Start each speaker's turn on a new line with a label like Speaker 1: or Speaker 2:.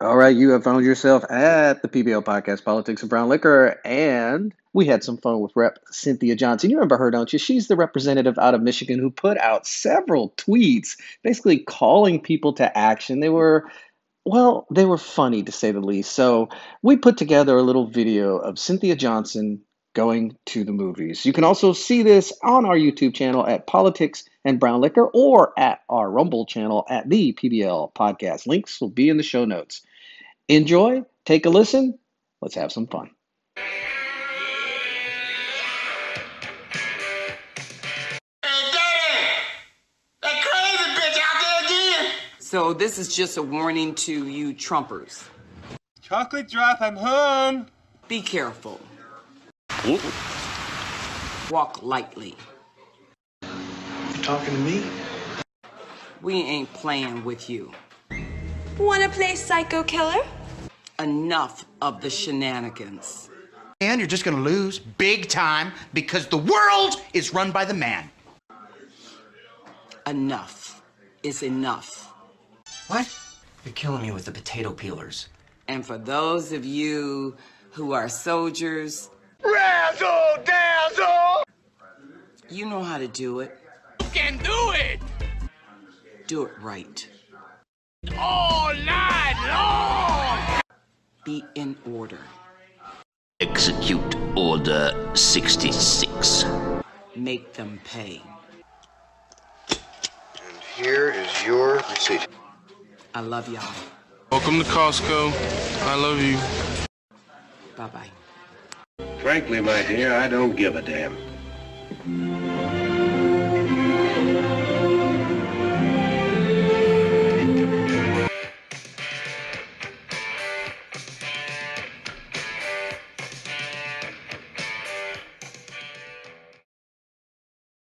Speaker 1: All right, you have found yourself at the PBL podcast, Politics and Brown Liquor, and we had some fun with Rep. Cynthia Johnson. You remember her, don't you? She's the representative out of Michigan who put out several tweets, basically calling people to action. They were well, they were funny to say the least. So we put together a little video of Cynthia Johnson going to the movies. You can also see this on our YouTube channel at Politics and Brown Liquor or at our Rumble channel at the PBL Podcast. Links will be in the show notes. Enjoy, take a listen, let's have some fun.
Speaker 2: So this is just a warning to you Trumpers.
Speaker 3: Chocolate drop, I'm home.
Speaker 2: Be careful. Walk lightly.
Speaker 4: You talking to me?
Speaker 2: We ain't playing with you.
Speaker 5: Wanna play psycho killer?
Speaker 2: Enough of the shenanigans.
Speaker 6: And you're just gonna lose big time because the world is run by the man.
Speaker 2: Enough is enough.
Speaker 6: What? You're killing me with the potato peelers.
Speaker 2: And for those of you who are soldiers,
Speaker 3: Razzle dazzle!
Speaker 2: you know how to do it.
Speaker 3: You can do it!
Speaker 2: Do it right.
Speaker 3: All night
Speaker 2: Be in order.
Speaker 7: Execute Order 66.
Speaker 2: Make them pay.
Speaker 4: And here is your receipt.
Speaker 2: I love y'all.
Speaker 8: Welcome to Costco. I love you.
Speaker 2: Bye bye.
Speaker 9: Frankly, my dear, I don't give a damn.